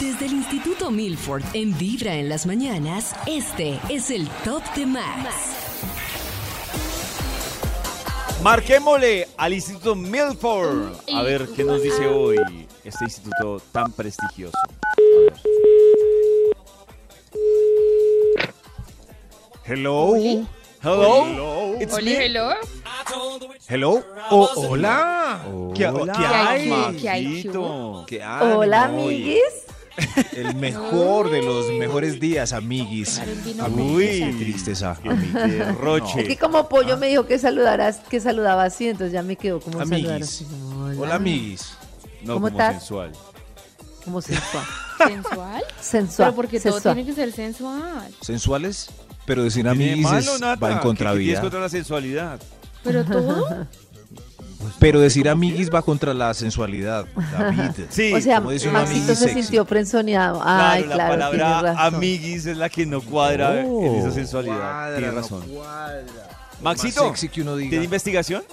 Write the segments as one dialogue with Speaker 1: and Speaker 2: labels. Speaker 1: Desde el Instituto Milford, en Vibra en las mañanas, este es el Top de Max.
Speaker 2: Marquémosle al Instituto Milford. A ver qué nos dice
Speaker 3: Ah.
Speaker 2: hoy este instituto tan prestigioso. A ver. Hello. Hello. It's
Speaker 4: Oli,
Speaker 2: me.
Speaker 4: hello.
Speaker 2: Hello.
Speaker 5: Oh, hola. ¿Qué,
Speaker 2: Hola,
Speaker 5: qué hay?
Speaker 4: ¿Qué hay, qué
Speaker 2: Maxito. ¿Qué hay?
Speaker 3: Hola,
Speaker 2: Oye,
Speaker 3: amiguis.
Speaker 5: El mejor de los mejores días, amiguis. Amiguis,
Speaker 2: Uy.
Speaker 5: qué tristeza.
Speaker 2: qué
Speaker 3: Es que
Speaker 2: Derroche.
Speaker 3: como Pollo me dijo que saludaras, que saludaba así, entonces ya me quedó como
Speaker 5: Amiguis.
Speaker 3: saludar así, como
Speaker 5: Hola, amiguis.
Speaker 2: No,
Speaker 3: ¿Cómo
Speaker 2: como
Speaker 3: estás?
Speaker 2: sensual.
Speaker 3: Como sensual.
Speaker 4: ¿Sensual?
Speaker 3: Sensual.
Speaker 4: Pero porque todo
Speaker 3: sensual.
Speaker 4: tiene que ser sensual.
Speaker 5: Sensuales, pero decir
Speaker 2: ¿Tiene
Speaker 5: amiguis
Speaker 2: malo,
Speaker 5: es-
Speaker 2: Nata?
Speaker 5: va en
Speaker 2: ¿Qué- qué
Speaker 5: contravía.
Speaker 2: tienes contra la sensualidad?
Speaker 4: Pero todo.
Speaker 5: Pero decir amiguis va contra la sensualidad, David.
Speaker 2: Sí.
Speaker 3: O sea,
Speaker 5: como dice un
Speaker 3: Maxito
Speaker 5: amiguis
Speaker 3: se
Speaker 5: sexy.
Speaker 3: sintió prensoneado. Ay,
Speaker 2: la
Speaker 3: claro, tienes
Speaker 2: palabra
Speaker 3: razón.
Speaker 2: amiguis es la que no cuadra
Speaker 5: Oh.
Speaker 2: en esa sensualidad.
Speaker 5: Cuadra,
Speaker 2: Tienes
Speaker 5: no
Speaker 2: razón.
Speaker 5: cuadra.
Speaker 2: Maxito,
Speaker 5: Más sexy que uno diga.
Speaker 2: ¿Tiene investigación?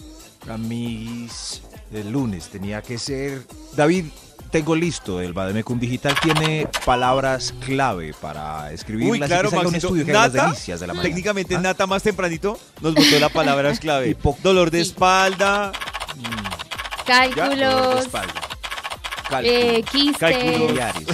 Speaker 5: Amiguis, el lunes tenía que ser. David, tengo listo. El Bademecum Digital tiene palabras clave para escribirlas.
Speaker 2: Uy,
Speaker 5: y
Speaker 2: claro,
Speaker 5: que salga un
Speaker 2: Maxito.
Speaker 5: estudio que haga las
Speaker 2: Nata,
Speaker 5: delicias de la mañana.
Speaker 2: técnicamente
Speaker 5: ¿Ah?
Speaker 2: Nata más tempranito nos botó la palabra clave. Dolor de espalda,
Speaker 5: Ya, dolor de
Speaker 4: Cálculos,
Speaker 5: espalda.
Speaker 4: eh,
Speaker 5: Cálculos.
Speaker 4: quistes,
Speaker 2: Cálculos.
Speaker 5: Biliares.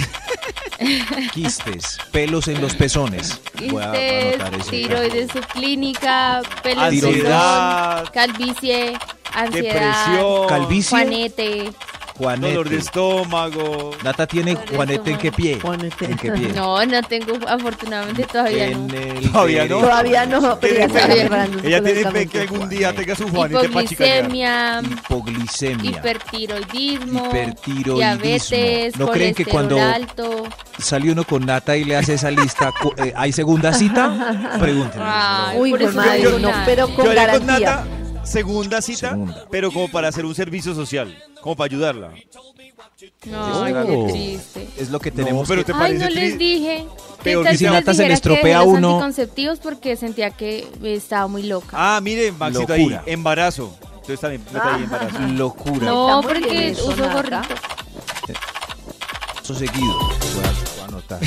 Speaker 5: Quistes, pelos en los pezones. Voy a- voy a anotar
Speaker 4: quistes,
Speaker 5: eso.
Speaker 4: tiroides subclínica, pelos en
Speaker 2: ansiedad,
Speaker 4: sudón, calvicie, ansiedad,
Speaker 2: depresión,
Speaker 5: Calvicie.
Speaker 4: juanete.
Speaker 5: Juanete.
Speaker 2: dolor de estómago.
Speaker 5: Nata tiene Juanete en qué pie.
Speaker 3: Juanete.
Speaker 5: ¿En qué pie?
Speaker 4: No, no tengo, afortunadamente todavía
Speaker 5: En
Speaker 4: no.
Speaker 5: el
Speaker 2: Todavía no.
Speaker 3: Todavía no, pero ya
Speaker 2: Tiene
Speaker 3: está
Speaker 2: fe-
Speaker 3: preparándose
Speaker 2: Ella tiene fe
Speaker 3: psicológicamente.
Speaker 2: que algún día tenga su Juanete para chicanear.
Speaker 4: Hipoglicemia,
Speaker 5: Hipoglicemia.
Speaker 4: hipertiroidismo,
Speaker 5: Hipertiroidismo.
Speaker 4: diabetes,
Speaker 5: ¿No creen que
Speaker 4: colesterol
Speaker 5: cuando-
Speaker 4: alto.
Speaker 5: sale uno con Nata y le hace esa lista. cu- eh, ¿Hay segunda cita? Pregúntenle.
Speaker 4: Ay,
Speaker 3: Uy,
Speaker 4: por
Speaker 3: pues
Speaker 4: eso no digo
Speaker 3: madre, no,
Speaker 4: nada.
Speaker 3: pero
Speaker 2: Yo
Speaker 3: con
Speaker 2: haría con
Speaker 3: garantía.
Speaker 2: Nata segunda cita,
Speaker 5: Segunda.
Speaker 2: pero como para hacer un servicio social, como para ayudarla.
Speaker 4: No,
Speaker 5: Oh.
Speaker 4: qué triste.
Speaker 5: Es lo que tenemos.
Speaker 2: pero
Speaker 5: que-
Speaker 2: te-
Speaker 4: Ay,
Speaker 2: parece
Speaker 4: no
Speaker 2: triste?
Speaker 4: les dije.
Speaker 2: Peor
Speaker 4: ¿Qué tal
Speaker 2: que
Speaker 4: si
Speaker 2: si
Speaker 4: les
Speaker 5: Nata se
Speaker 4: dijera
Speaker 5: les
Speaker 4: que dejé
Speaker 5: estropea
Speaker 4: los
Speaker 5: uno?
Speaker 4: anticonceptivos porque sentía que estaba muy loca?
Speaker 2: Ah, mire, Maxito
Speaker 5: Locura. Ah.
Speaker 2: ahí, embarazo. Entonces también nota ahí embarazo.
Speaker 5: Locura.
Speaker 4: no,
Speaker 3: Está muy
Speaker 4: porque
Speaker 3: bien eso,
Speaker 4: uso
Speaker 3: Nata.
Speaker 4: gorrito.
Speaker 5: Eso seguido. Voy a, voy a anotar.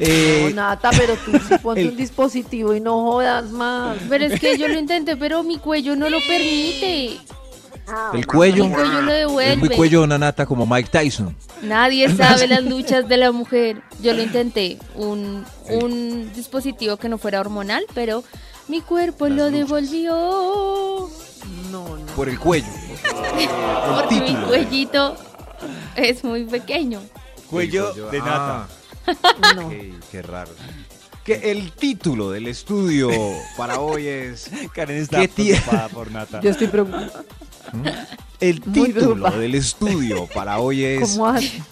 Speaker 5: Eh,
Speaker 3: No, Nata, pero tú sí ponte
Speaker 5: El-
Speaker 3: un dispositivo y no jodas más.
Speaker 4: Pero es que yo lo intenté, pero mi cuello no lo permite.
Speaker 5: el cuello.
Speaker 4: Mi cuello lo devuelve.
Speaker 5: Es muy cuello una Nata como Mike Tyson.
Speaker 4: Nadie sabe las luchas de la mujer. Yo lo intenté, un, un dispositivo que no fuera hormonal, pero mi cuerpo lo devolvió.
Speaker 3: No, no.
Speaker 5: Por el cuello.
Speaker 4: Porque mi
Speaker 5: título. eh.
Speaker 4: cuellito es muy pequeño.
Speaker 2: Cuello
Speaker 5: Ah.
Speaker 2: de Nata.
Speaker 3: no.
Speaker 5: Ey, qué raro. Que el título del estudio para hoy es
Speaker 2: Karen está
Speaker 5: ¿Qué tía?
Speaker 2: preocupada por Nata.
Speaker 3: Yo estoy preocupada.
Speaker 5: el
Speaker 3: Muy
Speaker 5: título
Speaker 3: preocupada.
Speaker 5: del estudio para hoy es
Speaker 3: ¿Cómo así?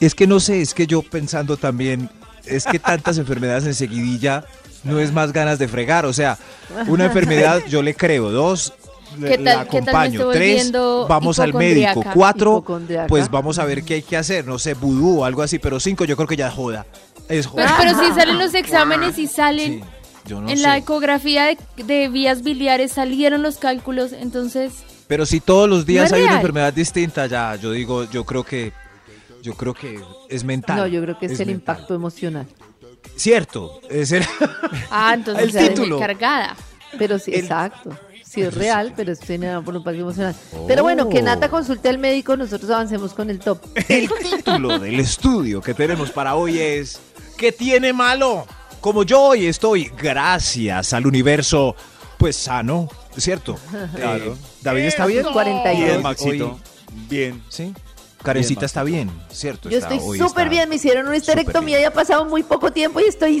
Speaker 5: Es que no sé, es que yo pensando también, es que tantas enfermedades en seguidilla no es más ganas de fregar. O sea, una enfermedad yo le creo, dos, le-
Speaker 4: ¿Qué
Speaker 5: la
Speaker 4: tal- qué tal me
Speaker 5: acompaño,
Speaker 4: estoy
Speaker 5: tres,
Speaker 4: volviendo
Speaker 5: vamos al médico,
Speaker 4: hipocondriaca?
Speaker 5: cuatro,
Speaker 3: Hipocondriaca.
Speaker 5: pues vamos a ver qué hay que hacer, no sé, vudú o algo así, pero cinco yo creo que ya joda. Es
Speaker 4: Pero,
Speaker 5: joda.
Speaker 4: pero si salen los exámenes y
Speaker 5: Sí,
Speaker 4: salen
Speaker 5: yo no
Speaker 4: en
Speaker 5: sé.
Speaker 4: la ecografía de, de vías biliares, salieron los cálculos, entonces
Speaker 5: Pero si todos los días
Speaker 4: No es
Speaker 5: hay una
Speaker 4: real.
Speaker 5: enfermedad distinta, ya, yo digo, yo creo que, yo creo que es mental.
Speaker 3: No, yo creo que es, el
Speaker 5: mental.
Speaker 3: impacto emocional.
Speaker 5: Cierto, es el...
Speaker 4: Ah, entonces
Speaker 5: El
Speaker 4: ya estoy
Speaker 5: título.
Speaker 4: cargada.
Speaker 3: Pero sí,
Speaker 5: El-
Speaker 3: exacto. Sí, es real, pero es generado por un impacto emocional. Pero bueno,
Speaker 5: Oh.
Speaker 3: que Nata consulte al médico, nosotros avancemos con el top.
Speaker 5: El título del estudio que tenemos para hoy es ¿Qué tiene malo? Como yo hoy estoy, gracias al universo, pues sano, ¿cierto?
Speaker 2: Claro.
Speaker 5: Eh, David está bien.
Speaker 3: Eso.
Speaker 2: Bien,
Speaker 3: Hoy-
Speaker 2: Maxito. Bien.
Speaker 5: Sí. Karencita
Speaker 2: Bien,
Speaker 5: está bien, ¿cierto?
Speaker 3: Yo
Speaker 5: Está-
Speaker 3: estoy
Speaker 5: hoy
Speaker 3: súper
Speaker 5: está
Speaker 3: bien, me hicieron una histerectomía y ha pasado muy poco tiempo y estoy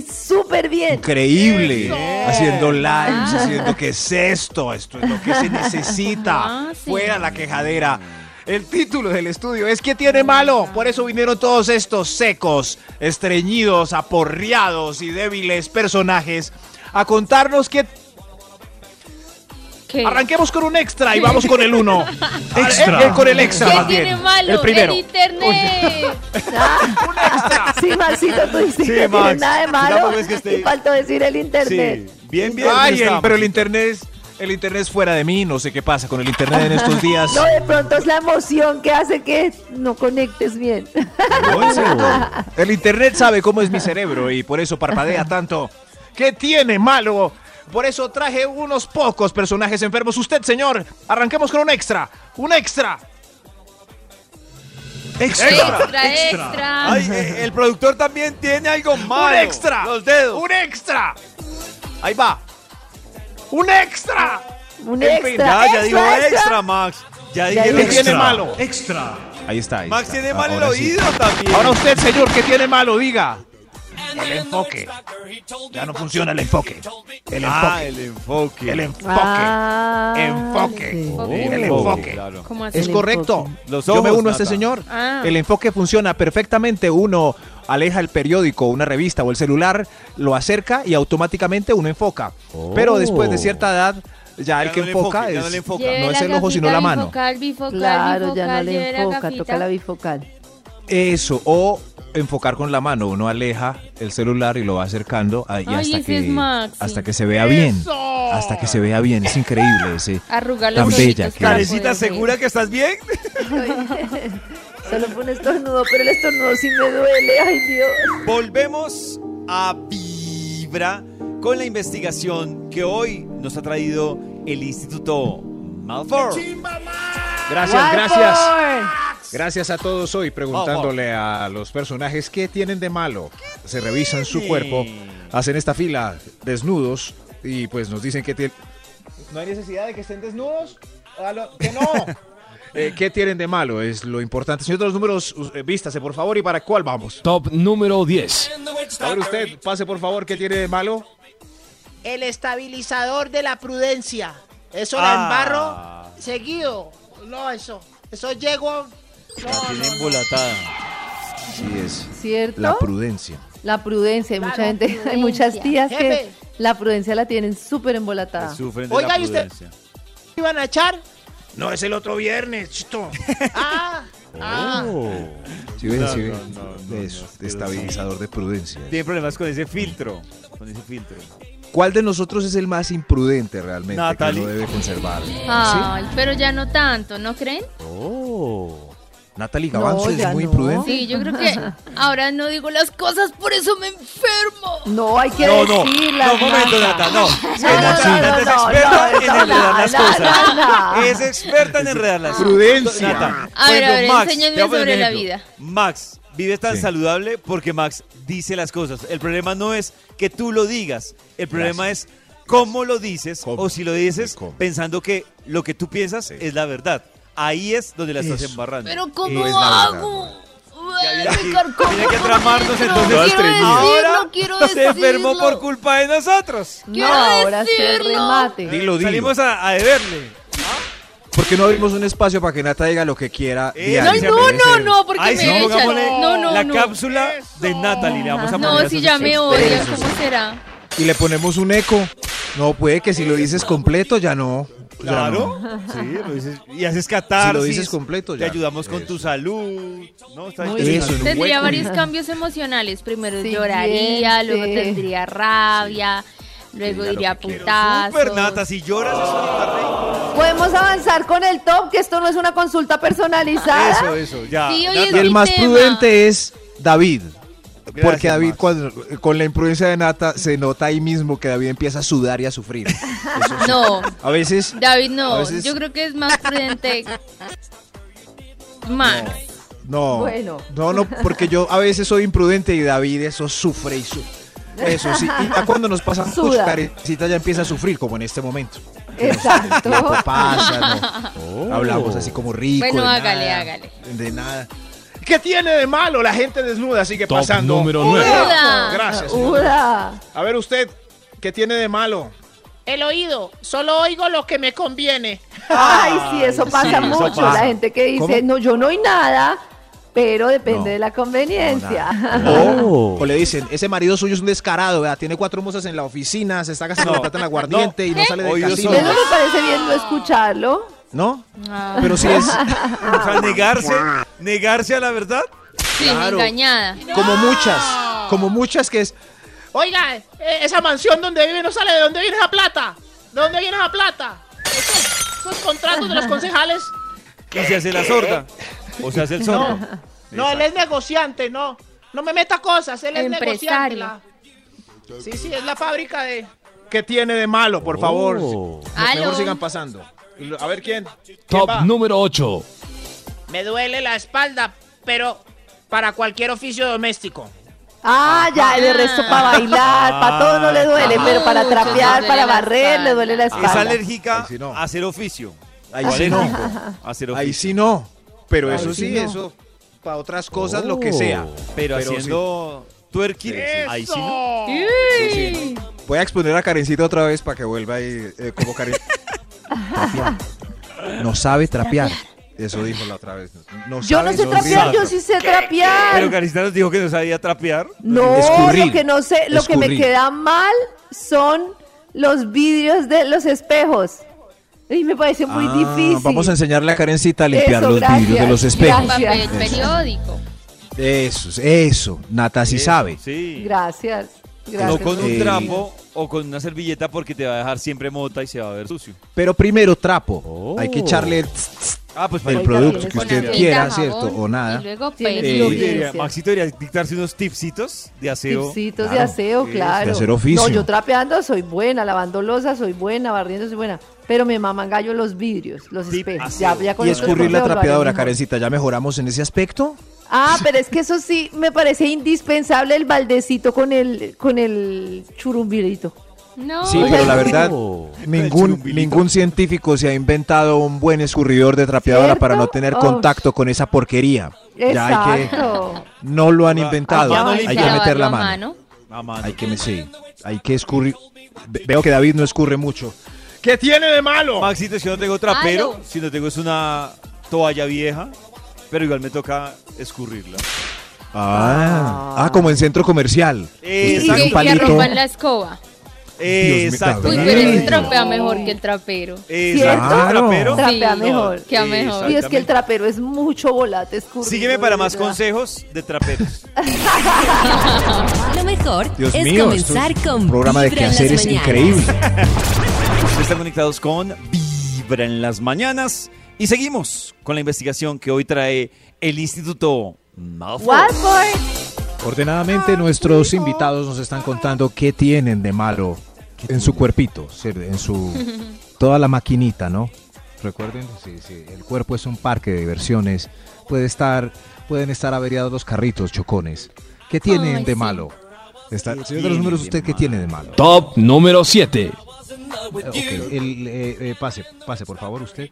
Speaker 3: súper bien.
Speaker 5: Increíble, haciendo lives,
Speaker 4: Ah.
Speaker 5: haciendo que es esto, esto es lo que se necesita.
Speaker 4: Ah, sí.
Speaker 5: Fuera la quejadera. El título del estudio es ¿Qué tiene malo? Por eso vinieron todos estos secos, estreñidos, aporreados y débiles personajes a contarnos que
Speaker 4: ¿Qué?
Speaker 5: arranquemos con un extra y vamos con el uno. extra. con el extra.
Speaker 4: ¿Qué
Speaker 5: más bien.
Speaker 4: tiene malo?
Speaker 5: El primero.
Speaker 4: internet.
Speaker 3: Sí, Maxito, tú dices
Speaker 2: Sí,
Speaker 3: no tiene
Speaker 2: Max.
Speaker 3: nada de malo.
Speaker 2: Tampoco es que esté-
Speaker 3: Y faltó decir el
Speaker 2: Sí,
Speaker 3: internet.
Speaker 2: bien, bien.
Speaker 5: Ay, el-
Speaker 2: estamos.
Speaker 5: pero el internet es, el internet es fuera de mí, no sé qué pasa con el internet en estos días.
Speaker 3: No, de pronto es la emoción que hace que no conectes bien.
Speaker 5: No, en serio. El internet sabe cómo es mi cerebro y por eso parpadea tanto. ¿Qué tiene malo? Por eso traje unos pocos personajes enfermos. Usted, señor, arranquemos con un extra. Un extra.
Speaker 4: Extra, extra.
Speaker 2: Ay, eh, el productor también tiene algo malo.
Speaker 5: Un extra.
Speaker 2: Los dedos.
Speaker 5: Un extra. Ahí va. Un extra.
Speaker 3: Un
Speaker 5: En
Speaker 3: extra.
Speaker 5: fin,
Speaker 2: Ya, ya
Speaker 3: extra,
Speaker 2: dijo extra, Max. Ya dijeron
Speaker 5: ¿Qué
Speaker 3: dijo
Speaker 2: extra.
Speaker 5: tiene malo? Extra. Ahí está. ahí
Speaker 2: Max
Speaker 5: está.
Speaker 2: tiene mal el
Speaker 5: Ahora sí.
Speaker 2: oído también.
Speaker 5: Ahora usted, señor, ¿qué tiene malo? Diga. El enfoque. Ya no funciona el enfoque. El
Speaker 2: ah,
Speaker 5: enfoque.
Speaker 2: el enfoque.
Speaker 5: El enfoque.
Speaker 3: Ah,
Speaker 5: Enfoque.
Speaker 3: ok.
Speaker 5: el enfoque.
Speaker 2: claro.
Speaker 4: ¿Cómo así?
Speaker 5: Es
Speaker 3: El
Speaker 5: correcto.
Speaker 3: enfoque.
Speaker 2: Los
Speaker 5: Yo me
Speaker 2: ojos,
Speaker 5: uno a este
Speaker 2: Nata.
Speaker 5: señor.
Speaker 4: Ah.
Speaker 5: El enfoque funciona perfectamente. Uno aleja el periódico, una revista o el celular, lo acerca y automáticamente uno enfoca. Pero después de cierta edad, ya, el
Speaker 2: no
Speaker 5: que
Speaker 2: le
Speaker 5: enfoca
Speaker 2: enfoque, Oh. ya no
Speaker 5: es-
Speaker 2: le enfoca.
Speaker 4: Lleve
Speaker 5: no
Speaker 4: la
Speaker 5: es el ojo,
Speaker 4: gafita
Speaker 5: sino la mano.
Speaker 4: bifocal, bifocal,
Speaker 3: Claro, ya no
Speaker 4: bifocal,
Speaker 3: le
Speaker 4: lleve la
Speaker 3: enfoca,
Speaker 4: gafita.
Speaker 3: toca la bifocal.
Speaker 5: Eso, o enfocar con la mano. Uno aleja el celular y lo va acercando ahí
Speaker 4: Ay,
Speaker 5: hasta,
Speaker 4: ese es
Speaker 5: que,
Speaker 4: Maxi.
Speaker 5: hasta que se vea bien. Hasta que se vea bien. Es increíble ese.
Speaker 4: Arrugar los
Speaker 5: Tan bella
Speaker 4: ojitos
Speaker 5: que
Speaker 4: para
Speaker 5: es.
Speaker 4: poder
Speaker 2: Karencita,
Speaker 4: ver.
Speaker 2: ¿segura que estás bien?
Speaker 3: Solo fue un estornudo, pero el estornudo sí me duele. Ay, Dios.
Speaker 2: Volvemos a Vibra con la investigación que hoy nos ha traído el Instituto Malfour.
Speaker 5: Gracias, gracias.
Speaker 3: gracias.
Speaker 5: Gracias a todos hoy preguntándole a los personajes qué tienen de malo. Se revisan su cuerpo, hacen esta fila desnudos y pues nos dicen que tienen... No hay necesidad de que estén desnudos. Que no. ¿Qué tienen de malo? Es lo importante. Señor de los números, us- eh, vístase por favor y para cuál vamos.
Speaker 6: Top número 10.
Speaker 5: A ver usted, pase por favor, ¿qué tiene de malo?
Speaker 7: El estabilizador de la prudencia. Eso
Speaker 2: Ah.
Speaker 7: la embarro seguido. No, eso. Eso llego. No,
Speaker 2: La tiene
Speaker 7: no, no.
Speaker 2: embolatada.
Speaker 5: Sí, es
Speaker 3: ¿Cierto?
Speaker 5: la prudencia.
Speaker 3: La prudencia, hay
Speaker 7: Claro,
Speaker 3: mucha gente,
Speaker 4: prudencia.
Speaker 3: hay muchas tías que
Speaker 7: Jefe.
Speaker 3: la prudencia la tienen súper embolatada.
Speaker 2: Sufren de
Speaker 7: Oiga,
Speaker 2: la
Speaker 7: ¿y usted?
Speaker 2: prudencia.
Speaker 7: ¿Iban a echar?
Speaker 5: No, es el otro viernes, chito.
Speaker 7: Ah, ah.
Speaker 2: Oh.
Speaker 5: Sí, ven,
Speaker 2: No,
Speaker 5: sí,
Speaker 2: no,
Speaker 5: ven.
Speaker 2: no, no,
Speaker 5: Eso,
Speaker 2: no, es que
Speaker 5: estabilizador de prudencia.
Speaker 2: Tiene problemas con ese filtro. Con ese filtro.
Speaker 5: ¿Cuál de nosotros es el más imprudente realmente
Speaker 2: Natalie.
Speaker 5: que uno debe conservar?
Speaker 4: Ay, pero ya no tanto, ¿no creen?
Speaker 2: Oh.
Speaker 5: Natalie
Speaker 3: No,
Speaker 5: Gavanzo
Speaker 3: ya
Speaker 5: es muy
Speaker 3: no.
Speaker 5: imprudente.
Speaker 4: Sí, yo creo que ahora no digo las cosas, por eso me enfermo.
Speaker 3: No, hay que
Speaker 2: No, no.
Speaker 3: decirla.
Speaker 2: No, un momento,
Speaker 3: Nata.
Speaker 2: Nata, no. Es que
Speaker 3: No, no,
Speaker 2: Nata,
Speaker 3: no,
Speaker 2: Nata
Speaker 3: no,
Speaker 2: es
Speaker 3: no,
Speaker 2: experta en
Speaker 3: no,
Speaker 2: enredar las
Speaker 3: no,
Speaker 2: cosas.
Speaker 3: no, no.
Speaker 2: Es experta en enredar las cosas.
Speaker 5: Prudencia.
Speaker 2: Nata, por
Speaker 4: A ver, a
Speaker 2: ejemplo,
Speaker 4: ver,
Speaker 2: Max,
Speaker 4: enséñenme
Speaker 2: te voy a poner
Speaker 4: sobre
Speaker 2: un
Speaker 4: la
Speaker 2: ejemplo.
Speaker 4: vida.
Speaker 2: Max vive tan
Speaker 5: Sí.
Speaker 2: saludable porque Max dice las cosas. El problema no es que tú lo digas. El problema es cómo lo dices
Speaker 5: ¿Cómo?
Speaker 2: o si lo dices
Speaker 5: Sí, cómo.
Speaker 2: pensando que lo que tú piensas es la verdad. Ahí es donde la estás
Speaker 5: Eso.
Speaker 2: embarrando.
Speaker 4: Pero ¿cómo
Speaker 5: es la
Speaker 4: hago? Ay,
Speaker 2: ya,
Speaker 4: me
Speaker 2: ya.
Speaker 4: carcome
Speaker 2: Tiene que
Speaker 4: por
Speaker 2: tramarnos,
Speaker 4: dentro.
Speaker 2: entonces.
Speaker 4: Quiero
Speaker 5: Estreñido.
Speaker 4: decirlo, quiero
Speaker 2: se
Speaker 4: decirlo.
Speaker 2: enfermó por culpa de nosotros.
Speaker 3: No,
Speaker 4: Quiero
Speaker 3: ahora sí el
Speaker 4: decirlo.
Speaker 3: remate.
Speaker 5: Dilo, dilo.
Speaker 2: Salimos a, a deberle.
Speaker 5: Porque no abrimos un espacio para que Nata diga lo que quiera.
Speaker 2: Eh,
Speaker 4: No,
Speaker 5: diario.
Speaker 4: no, no, no, porque
Speaker 2: Ay,
Speaker 4: me
Speaker 2: sí,
Speaker 4: echan.
Speaker 2: pongámosle
Speaker 4: No, no,
Speaker 2: la
Speaker 4: no.
Speaker 2: cápsula de Natalie. Le vamos a poner
Speaker 4: No,
Speaker 2: a
Speaker 4: si
Speaker 2: sus
Speaker 4: ya me odias,
Speaker 2: expertos.
Speaker 4: ¿cómo será?
Speaker 5: Y le ponemos un eco. No, puede que si lo dices completo ya no. Ya
Speaker 2: Claro.
Speaker 5: no.
Speaker 2: Sí, lo dices. Y haces catarsis.
Speaker 5: Si lo dices completo, ya.
Speaker 2: Te ayudamos con
Speaker 5: Eso.
Speaker 2: tu salud. No, está
Speaker 3: Muy
Speaker 2: interesante.
Speaker 5: Eso, en un
Speaker 4: Tendría
Speaker 5: hueco.
Speaker 4: varios cambios emocionales. Primero
Speaker 3: Sí,
Speaker 4: lloraría,
Speaker 3: bien,
Speaker 4: luego
Speaker 3: sí.
Speaker 4: tendría rabia,
Speaker 5: diga
Speaker 4: luego
Speaker 5: lo
Speaker 4: diría
Speaker 5: que quiera.
Speaker 4: putazos.
Speaker 2: Super nata, si lloras es una
Speaker 3: Podemos avanzar con el top, que esto no es una consulta personalizada.
Speaker 2: Eso, eso, ya.
Speaker 4: Sí, hoy
Speaker 2: Nata,
Speaker 4: es
Speaker 5: Y el
Speaker 4: mi
Speaker 5: más
Speaker 4: tema.
Speaker 5: prudente es David. Porque
Speaker 2: Gracias,
Speaker 5: David,
Speaker 2: Max.
Speaker 5: cuando- con la imprudencia de Nata, se nota ahí mismo que David empieza a sudar y a sufrir. Eso sí.
Speaker 4: No,
Speaker 5: A veces
Speaker 4: David no.
Speaker 5: A veces-
Speaker 4: Yo creo que es más prudente. Max.
Speaker 5: No.
Speaker 3: Bueno.
Speaker 5: No, no, porque yo a veces soy imprudente y David eso sufre y sufre. Eso sí, y ya cuando nos pasa mucho,
Speaker 3: Suda.
Speaker 5: Karencita ya empieza a sufrir, como en este momento.
Speaker 3: Exacto.
Speaker 5: Tiempo pasa, ¿no? Hablamos así como rico.
Speaker 4: Bueno,
Speaker 5: de
Speaker 4: hágale,
Speaker 5: nada,
Speaker 4: hágale.
Speaker 5: De nada. ¿Qué tiene de malo? La gente desnuda sigue
Speaker 6: Top
Speaker 5: pasando.
Speaker 6: número 9.
Speaker 4: Uda.
Speaker 5: Gracias. señor.
Speaker 3: Uda.
Speaker 5: A ver usted, ¿qué tiene de malo?
Speaker 7: El oído, solo oigo lo que me conviene.
Speaker 3: Ay, sí, eso pasa
Speaker 2: eso
Speaker 3: mucho.
Speaker 2: pasa.
Speaker 3: La gente que dice,
Speaker 5: ¿Cómo?
Speaker 3: no, yo no oí nada, pero depende
Speaker 5: No,
Speaker 3: de la conveniencia.
Speaker 5: Oh. O, o le dicen, ese marido suyo es un descarado, ¿verdad? tiene cuatro mozas en la oficina, se está gastando
Speaker 2: No.
Speaker 5: la plata en la guardiente y no sale del
Speaker 2: Oído
Speaker 5: casino.
Speaker 2: solo.
Speaker 3: Eso me parece bien no escucharlo.
Speaker 5: ¿No?
Speaker 4: Ah,
Speaker 5: Pero si es
Speaker 2: O sea, negarse, negarse a la verdad.
Speaker 4: sí,
Speaker 5: claro.
Speaker 4: engañada.
Speaker 5: como muchas, como muchas que es,
Speaker 7: Oiga, eh, esa mansión donde vive no sale de dónde viene esa plata. ¿De dónde viene esa plata? Esos, esos contratos de los concejales.
Speaker 2: Y se hace la sorda. O se hace el sordo.
Speaker 7: No, él es negociante, no. No me meta cosas, él es negociante.
Speaker 4: Empresario.
Speaker 7: la- Sí, sí, es la fábrica de...
Speaker 5: ¿qué tiene de malo, por favor?
Speaker 6: Oh.
Speaker 4: Aló.
Speaker 5: Mejor sigan pasando. A ver quién. ¿Quién
Speaker 6: Top
Speaker 5: va?
Speaker 6: número 8.
Speaker 7: Me duele la espalda, pero para cualquier oficio doméstico.
Speaker 3: Ah, ya, el resto para bailar, para todo no le duele,
Speaker 4: Ah.
Speaker 3: pero para
Speaker 4: Mucho le
Speaker 3: trapear,
Speaker 4: duele la
Speaker 3: para barrer, le duele la
Speaker 4: espalda.
Speaker 2: Es
Speaker 3: espalda.
Speaker 2: alérgica
Speaker 5: Ahí sí no.
Speaker 2: a hacer oficio.
Speaker 5: Ahí
Speaker 2: O
Speaker 5: sí
Speaker 2: alérgico
Speaker 5: no.
Speaker 2: a hacer
Speaker 5: Ahí
Speaker 2: oficio.
Speaker 5: sí no. Pero
Speaker 3: Ahí
Speaker 5: eso
Speaker 3: sí
Speaker 5: sí, Oh.
Speaker 3: no.
Speaker 5: eso para otras cosas, lo que sea. Pero
Speaker 2: Pero, haciendo twerking, ahí sí no.
Speaker 5: Sí, sí, no. Voy a exponer a Karencita otra vez para que vuelva y eh, como Karen. Trapear. No sabe trapear. Eso dijo la otra vez. No
Speaker 3: Yo no
Speaker 5: sabe,
Speaker 3: sé trapear,
Speaker 5: sabe.
Speaker 3: yo sí sé
Speaker 2: Pero
Speaker 3: trapear.
Speaker 2: Carista nos dijo que no sabía trapear.
Speaker 3: No,
Speaker 5: Escurrir,
Speaker 3: lo que no sé, lo que me
Speaker 5: escurrir.
Speaker 3: queda mal son los vidrios de los espejos. Y me parece muy
Speaker 5: Ah,
Speaker 3: difícil.
Speaker 5: Vamos a enseñarle a Karencita a limpiar
Speaker 3: Eso,
Speaker 5: los vidrios de
Speaker 3: gracias,
Speaker 5: los espejos.
Speaker 4: Papel
Speaker 3: Gracias.
Speaker 4: periódico.
Speaker 5: Eso, eso. Nata sí
Speaker 2: Eso,
Speaker 5: sabe.
Speaker 2: Sí.
Speaker 3: Gracias.
Speaker 2: No
Speaker 3: gracias.
Speaker 2: con un
Speaker 5: Sí.
Speaker 2: trapo o con una servilleta porque te va a dejar siempre mota y se va a ver sucio.
Speaker 5: Pero primero trapo.
Speaker 6: Oh.
Speaker 5: Hay que echarle el tss, tss,
Speaker 2: Ah, pues
Speaker 5: El
Speaker 2: para-
Speaker 5: producto que
Speaker 2: para-
Speaker 5: usted
Speaker 4: Una
Speaker 2: para-
Speaker 5: quiera,
Speaker 4: pita,
Speaker 5: ¿cierto?
Speaker 4: jabón,
Speaker 5: O nada.
Speaker 4: y luego
Speaker 3: Tienes
Speaker 4: pelo.
Speaker 5: lo
Speaker 2: Maxito
Speaker 5: que-
Speaker 2: debería- Maxito debería dictarse unos tipsitos de aseo.
Speaker 3: Tipsitos de
Speaker 5: claro.
Speaker 3: aseo, claro.
Speaker 5: De hacer oficio.
Speaker 3: No, yo trapeando soy buena, lavando losa soy buena, barriendo soy buena. Pero me maman gallo los vidrios, los
Speaker 2: Tip
Speaker 3: espejos.
Speaker 2: aseo.
Speaker 3: Ya, ya con
Speaker 5: Y
Speaker 3: estos
Speaker 5: escurrir la
Speaker 3: consejos lo haré
Speaker 5: trapeadora,
Speaker 3: mejor.
Speaker 5: Karencita. ¿Ya mejoramos en ese aspecto?
Speaker 3: Ah, pero es que eso sí, me parece indispensable el baldecito con el, con el churumbirito.
Speaker 4: No. pues,
Speaker 5: Sí,
Speaker 3: Oye,
Speaker 5: pero la
Speaker 3: sí.
Speaker 5: verdad,
Speaker 6: Oh.
Speaker 5: ningún, ningún científico se ha inventado un buen escurridor de trapeadora
Speaker 3: ¿Cierto?
Speaker 5: para no tener
Speaker 3: Oh.
Speaker 5: contacto con esa porquería. Ya hay que.
Speaker 3: Exacto.
Speaker 5: No lo han
Speaker 2: Ah,
Speaker 5: inventado.
Speaker 2: ya no
Speaker 5: hay que
Speaker 4: lavarlo
Speaker 5: meter la
Speaker 4: a
Speaker 5: mano.
Speaker 2: A mano.
Speaker 5: Hay que, me- sí, hay que escurrir. Ve- Veo que David no escurre mucho. ¿Qué tiene de malo?
Speaker 2: Maxito, si no tengo trapero,
Speaker 4: Aló.
Speaker 2: si no tengo es una toalla vieja, pero igual me toca escurrirla.
Speaker 5: Ah, ah, como en centro comercial.
Speaker 4: Y,
Speaker 5: Usted
Speaker 4: y
Speaker 5: tiene
Speaker 4: que,
Speaker 5: un
Speaker 4: que
Speaker 5: palito.
Speaker 4: rompan la escoba.
Speaker 2: Exacto.
Speaker 4: Uy,
Speaker 5: Ay.
Speaker 4: pero ese
Speaker 5: Ay.
Speaker 4: trapea mejor que el trapero.
Speaker 2: Exacto.
Speaker 5: Claro.
Speaker 2: Trapero.
Speaker 3: Trapea
Speaker 4: Sí,
Speaker 3: mejor.
Speaker 4: Queda mejor.
Speaker 3: Y es que el trapero es mucho volate, escurrido.
Speaker 2: Sígueme para
Speaker 3: de
Speaker 2: más
Speaker 3: verdad.
Speaker 2: consejos de traperos.
Speaker 1: Lo mejor
Speaker 5: Dios
Speaker 1: es
Speaker 5: mío, esto
Speaker 1: comenzar
Speaker 5: es
Speaker 1: con
Speaker 5: un programa de
Speaker 1: Vibra en las
Speaker 5: quehaceres
Speaker 1: mañanas.
Speaker 5: increíble.
Speaker 2: Ustedes Están conectados con Vibra en las mañanas y seguimos con la investigación que hoy trae el Instituto Malfoy.
Speaker 3: Watford.
Speaker 5: Ordenadamente nuestros invitados nos están contando qué tienen de malo en su cuerpito, ser- en su toda la maquinita, ¿no? Recuerden, sí, sí, el cuerpo es un parque de diversiones. Puede estar, pueden estar averiados los carritos, chocones. ¿Qué tienen
Speaker 4: Ay,
Speaker 5: de
Speaker 4: sí.
Speaker 5: malo? Está, señor de
Speaker 2: tienen
Speaker 5: los números,
Speaker 2: de
Speaker 5: ¿usted qué
Speaker 2: malo? Pues
Speaker 5: tiene de malo?
Speaker 6: Top número 7.
Speaker 5: Eh, ok, el, eh, eh, pase, pase, por favor, usted.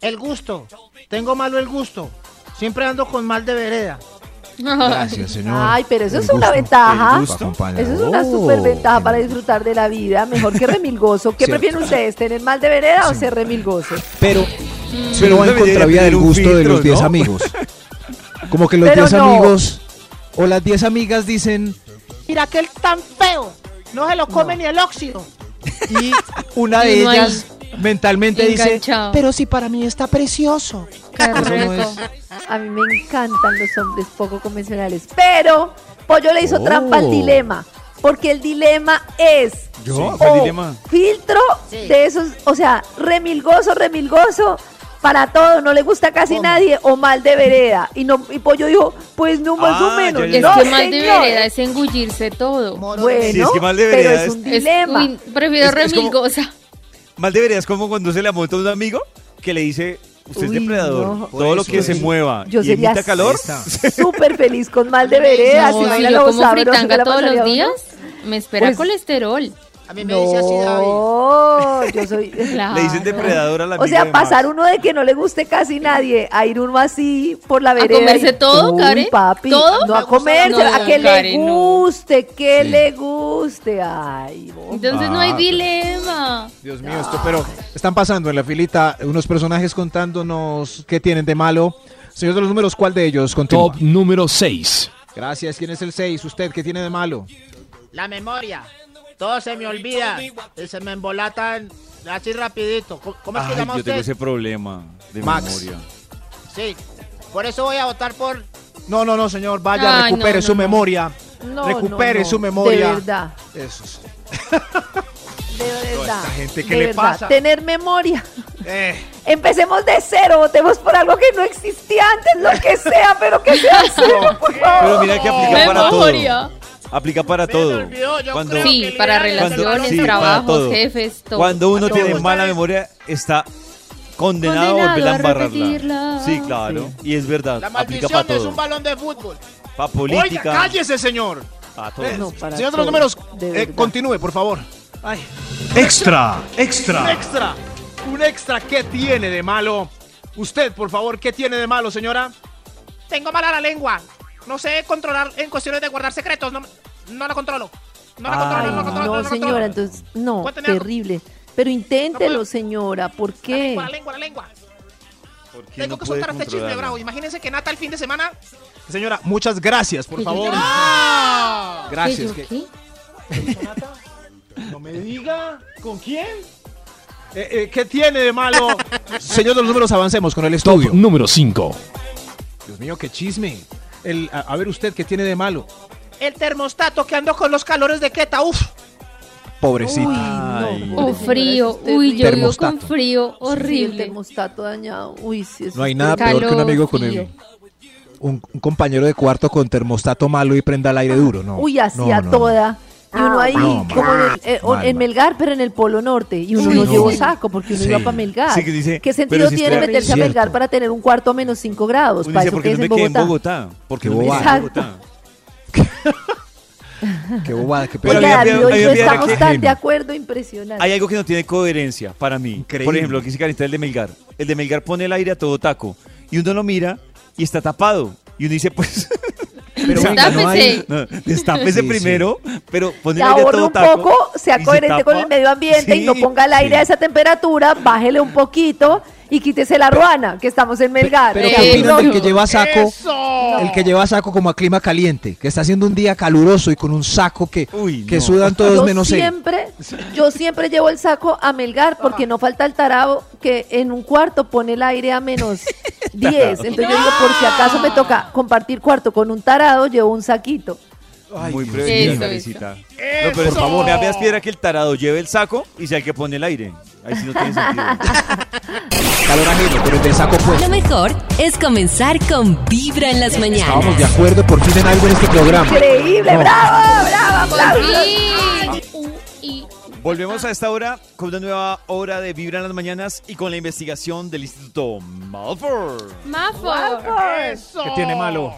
Speaker 7: El gusto. Tengo malo el gusto. Siempre ando con mal de vereda.
Speaker 5: Gracias, señor.
Speaker 3: Ay, pero eso
Speaker 5: El
Speaker 3: es una
Speaker 5: gusto.
Speaker 3: ventaja.
Speaker 5: El gusto acompaña.
Speaker 3: Eso es una
Speaker 6: Oh.
Speaker 3: super ventaja para disfrutar de la vida, mejor que remilgoso. ¿Qué
Speaker 5: Cierto.
Speaker 3: prefieren ustedes, tener mal de vereda o ser remilgoso?
Speaker 5: Pero,
Speaker 2: Pero
Speaker 5: pero va en
Speaker 2: debería
Speaker 5: contravía
Speaker 2: tener
Speaker 5: del
Speaker 2: un
Speaker 5: gusto de
Speaker 2: filtro,
Speaker 5: los 10
Speaker 2: ¿no?
Speaker 5: amigos. Como que los
Speaker 3: Pero
Speaker 5: 10
Speaker 3: no.
Speaker 5: amigos o las 10 amigas dicen
Speaker 7: Mira aquel tan feo. No se lo come ni el óxido.
Speaker 5: y una
Speaker 4: Y
Speaker 5: de
Speaker 4: no
Speaker 5: ellas mentalmente dice,
Speaker 4: Enganchado.
Speaker 5: pero si para mí está precioso.
Speaker 4: Qué
Speaker 5: Eso no
Speaker 4: rico.
Speaker 5: es-
Speaker 3: A mí me encantan los hombres poco convencionales, pero Pollo le hizo trampa al dilema, porque el dilema es
Speaker 2: ¿Yo?
Speaker 3: o
Speaker 2: ¿Cuál dilema?
Speaker 3: filtro de esos, o sea, remilgoso, remilgoso. Para todo, no le gusta casi nadie o mal de vereda. Y no y Pollo dijo, pues no más
Speaker 2: Ah,
Speaker 3: o menos.
Speaker 2: ya,
Speaker 4: Es
Speaker 2: ya.
Speaker 3: no,
Speaker 4: que mal de
Speaker 3: señor.
Speaker 4: vereda es engullirse todo.
Speaker 7: Moro de
Speaker 3: Bueno,
Speaker 2: Sí, es que mal de
Speaker 3: pero
Speaker 2: vereda
Speaker 3: es
Speaker 2: es-
Speaker 3: un
Speaker 4: Es-
Speaker 3: dilema.
Speaker 4: uy, prefiero
Speaker 2: Es- es como-
Speaker 4: remilgosa.
Speaker 2: Mal deberías como cuando se le monta a un amigo que le dice, usted es
Speaker 3: Uy,
Speaker 2: depredador,
Speaker 3: no.
Speaker 2: todo lo que
Speaker 5: Eso
Speaker 2: se
Speaker 5: es.
Speaker 2: mueva
Speaker 3: Yo
Speaker 2: y
Speaker 3: sería
Speaker 2: emita calor,
Speaker 3: súper feliz con mal de vereda.
Speaker 5: Eh,
Speaker 4: No,
Speaker 3: si
Speaker 4: si
Speaker 3: baila
Speaker 4: yo
Speaker 3: lo
Speaker 4: como
Speaker 3: sabroso que
Speaker 4: fritanga
Speaker 3: la
Speaker 4: todos
Speaker 3: pasaría
Speaker 4: los
Speaker 3: uno.
Speaker 4: días, me espera
Speaker 3: Pues-
Speaker 4: colesterol.
Speaker 7: A mí me dice así David.
Speaker 3: No, yo soy.
Speaker 4: Claro.
Speaker 2: Le dicen depredador a la
Speaker 3: O
Speaker 2: amiga
Speaker 3: sea,
Speaker 2: de Max.
Speaker 3: pasar uno de que no le guste casi nadie a ir uno así por la vereda.
Speaker 4: comerse
Speaker 3: y-
Speaker 4: todo,
Speaker 3: Uy,
Speaker 4: Karen?
Speaker 3: papi,
Speaker 4: ¿Todo?
Speaker 3: No a
Speaker 7: No,
Speaker 3: comerse, a que le
Speaker 4: Karen, no.
Speaker 3: guste, que
Speaker 5: Sí.
Speaker 3: le guste. Ay, vos.
Speaker 4: Entonces no
Speaker 5: Ah,
Speaker 4: hay
Speaker 5: pero-
Speaker 4: dilema.
Speaker 5: Dios mío, esto, pero están pasando en la filita unos personajes contándonos qué tienen de malo. Señor de los números, ¿cuál de ellos? Continúa.
Speaker 6: Top número 6.
Speaker 5: Gracias. ¿Quién es el 6? ¿Usted qué tiene de malo?
Speaker 7: La memoria. Todo se me olvida. y se me embolatan así rapidito. ¿Cómo, cómo es que
Speaker 2: Ay,
Speaker 7: llama
Speaker 2: yo tengo
Speaker 7: usted?
Speaker 2: ese problema de
Speaker 5: Max.
Speaker 2: memoria.
Speaker 7: Sí. Por eso voy a votar por.
Speaker 5: No, no, no, señor. Vaya,
Speaker 4: Ay,
Speaker 5: recupere
Speaker 4: no, no,
Speaker 5: su
Speaker 4: no.
Speaker 5: memoria.
Speaker 3: No,
Speaker 5: recupere
Speaker 3: no, no,
Speaker 5: su memoria.
Speaker 3: De verdad,
Speaker 5: Eso es.
Speaker 3: de verdad.
Speaker 5: esta gente, ¿qué
Speaker 3: de
Speaker 5: le
Speaker 3: verdad,
Speaker 5: pasa?
Speaker 3: Tener memoria.
Speaker 5: Eh,
Speaker 3: Empecemos de cero, votemos por algo que no existía antes, lo que sea, pero que sea cero, por
Speaker 2: Pero
Speaker 3: favor.
Speaker 2: mira que aplica para todo.
Speaker 4: Memoria.
Speaker 2: Aplica para
Speaker 7: Me
Speaker 2: todo.
Speaker 7: olvidó, yo
Speaker 2: Cuando-
Speaker 7: creo que
Speaker 4: Sí, para
Speaker 7: liberales
Speaker 2: cuando-
Speaker 4: relaciones,
Speaker 2: sí, para todo.
Speaker 4: trabajos, jefes, todo.
Speaker 2: Cuando uno tiene
Speaker 7: todo.
Speaker 2: mala memoria, está condenado, a volver
Speaker 4: Condenado
Speaker 2: a
Speaker 4: a
Speaker 2: embarrarla.
Speaker 4: repetirla.
Speaker 2: Sí, claro. Y es verdad.
Speaker 7: La
Speaker 2: aplica para
Speaker 7: maldición es
Speaker 2: todo.
Speaker 7: un balón de fútbol.
Speaker 2: Para política.
Speaker 7: Oiga, cállese, señor.
Speaker 2: Para todo.
Speaker 3: No, para
Speaker 5: Eh, señor de los
Speaker 3: todo,
Speaker 5: números,
Speaker 3: de
Speaker 5: eh,
Speaker 3: verdad.
Speaker 5: continúe, por favor. Ay.
Speaker 6: Extra,
Speaker 5: Un
Speaker 6: extra.
Speaker 5: extra. Un extra, ¿qué tiene de malo? Usted, por favor, ¿qué tiene de malo, señora?
Speaker 7: Tengo mala la lengua. No sé controlar en cuestiones de guardar secretos. No, no la controlo. No la
Speaker 2: Ay,
Speaker 7: controlo, no la controlo.
Speaker 3: No,
Speaker 7: la controlo.
Speaker 3: señora, entonces, no,
Speaker 7: Cuénteme algo.
Speaker 3: terrible. Pero inténtelo, señora, ¿por
Speaker 7: La
Speaker 3: qué?
Speaker 7: lengua, la lengua, la lengua.
Speaker 2: ¿Por qué
Speaker 7: Tengo
Speaker 2: no
Speaker 7: que
Speaker 2: puede
Speaker 7: soltar este chisme,
Speaker 2: controlarla?
Speaker 7: bravo. Imagínense que Nata el fin de semana.
Speaker 5: Señora, muchas gracias, por favor. Ah. Gracias.
Speaker 4: ¿Qué, yo
Speaker 5: que-
Speaker 4: qué?
Speaker 5: No me diga, ¿con quién? Eh, ¿Qué tiene de malo? Señor de los números, avancemos con el estudio.
Speaker 6: Top número 5.
Speaker 5: Dios mío, qué chisme. El, a, a ver usted, ¿qué tiene de malo?
Speaker 7: El termostato que ando con los calores de Queta. Uf.
Speaker 5: Pobrecita.
Speaker 2: Ay.
Speaker 3: no,
Speaker 4: O
Speaker 3: pobre señora,
Speaker 4: frío,
Speaker 3: eso es
Speaker 4: uy, yo vivo
Speaker 5: Termostato.
Speaker 4: con frío
Speaker 3: terrible. El
Speaker 4: horrible.
Speaker 3: termostato dañado. Uy, sí, eso
Speaker 5: No hay
Speaker 3: es
Speaker 5: nada peor que un
Speaker 4: Calor,
Speaker 5: amigo con
Speaker 4: frío.
Speaker 5: el, un, un compañero de cuarto con termostato malo y prenda al aire duro, ¿no?
Speaker 3: Uy, así
Speaker 5: No,
Speaker 3: a
Speaker 5: no, no.
Speaker 3: toda. Y uno ahí,
Speaker 5: No, mal.
Speaker 3: como en, el- eh, o-
Speaker 5: Mal,
Speaker 3: en
Speaker 5: mal.
Speaker 3: Melgar, pero en el Polo Norte. Y uno
Speaker 4: Sí,
Speaker 3: no
Speaker 4: sí.
Speaker 3: llevó saco porque uno
Speaker 5: Sí.
Speaker 3: iba para Melgar.
Speaker 2: Sí, que dice, pero
Speaker 3: ¿Qué sentido
Speaker 2: si
Speaker 3: tiene
Speaker 2: estoy-
Speaker 3: meterse
Speaker 5: Cierto.
Speaker 3: a Melgar para tener un cuarto a menos 5 grados?
Speaker 2: Uno
Speaker 3: Para
Speaker 2: dice,
Speaker 3: eso
Speaker 2: ¿por qué
Speaker 3: que
Speaker 2: no
Speaker 3: es
Speaker 2: me
Speaker 3: en
Speaker 2: quedé en
Speaker 3: Bogotá.
Speaker 2: Bogotá? ¿Por qué no me quedé en
Speaker 5: Exacto.
Speaker 2: Bogotá?
Speaker 5: Qué bobada, qué
Speaker 2: Pero
Speaker 3: Oiga,
Speaker 2: había-
Speaker 3: David, hoy
Speaker 2: había-
Speaker 3: no
Speaker 2: había-
Speaker 3: estamos
Speaker 2: había-
Speaker 3: tan de acuerdo, impresionante.
Speaker 2: Hay algo que no tiene coherencia para mí.
Speaker 5: Increíble.
Speaker 2: Por ejemplo, lo que dice Carita el de Melgar. El de Melgar pone el aire a todo taco. Y uno lo mira y está tapado. Y uno dice, pues,
Speaker 5: Pero venga, no hay-
Speaker 4: Destápese.
Speaker 2: no, destápese
Speaker 5: Sí, sí.
Speaker 2: primero, pero pone
Speaker 3: Se
Speaker 2: el aire a
Speaker 3: ahorre
Speaker 2: todo
Speaker 3: un
Speaker 2: taco.
Speaker 3: poco,
Speaker 2: y
Speaker 3: sea
Speaker 2: se
Speaker 3: coherente con
Speaker 2: tapa.
Speaker 3: el medio ambiente y no
Speaker 2: Sí,
Speaker 3: ponga el aire a
Speaker 2: sí.
Speaker 3: esa temperatura, bájele un poquito y quítese la ruana, que estamos en Melgar.
Speaker 5: Pero
Speaker 4: Eh,
Speaker 5: ¿qué opinan del
Speaker 4: no.
Speaker 5: que lleva saco?
Speaker 7: ¡Eso!
Speaker 5: El que lleva saco como a clima caliente, que está haciendo un día caluroso y con un saco que,
Speaker 2: Uy,
Speaker 5: que
Speaker 2: no.
Speaker 5: sudan todos
Speaker 3: yo
Speaker 5: menos él.
Speaker 3: siempre, yo siempre llevo el saco a Melgar porque no falta el tarado que en un cuarto pone el aire a menos 10. Entonces yo digo, por si acaso me toca compartir cuarto con un tarado, llevo un saquito.
Speaker 2: Muy
Speaker 5: Dios
Speaker 2: prevenida,
Speaker 4: mío.
Speaker 2: Karencita. No,
Speaker 7: ¡Eso!
Speaker 2: pero por favor, me habías piedra que el tarado lleve el saco y sea el que pone el aire. Ahí sí no tiene sentido.
Speaker 5: Calor ajeno, pero el del saco pues.
Speaker 1: Lo mejor es comenzar con Vibra en las mañanas.
Speaker 5: Estábamos de acuerdo por fin en algo en este programa.
Speaker 3: Increíble,
Speaker 5: No.
Speaker 3: bravo, bravo,
Speaker 4: Por
Speaker 3: bravo.
Speaker 4: fin. U- y-
Speaker 2: Volvemos a esta hora con una nueva hora de Vibra en las Mañanas y con la investigación del Instituto Malfour.
Speaker 4: Mafo.
Speaker 7: ¡Eso!
Speaker 5: ¿Qué tiene malo?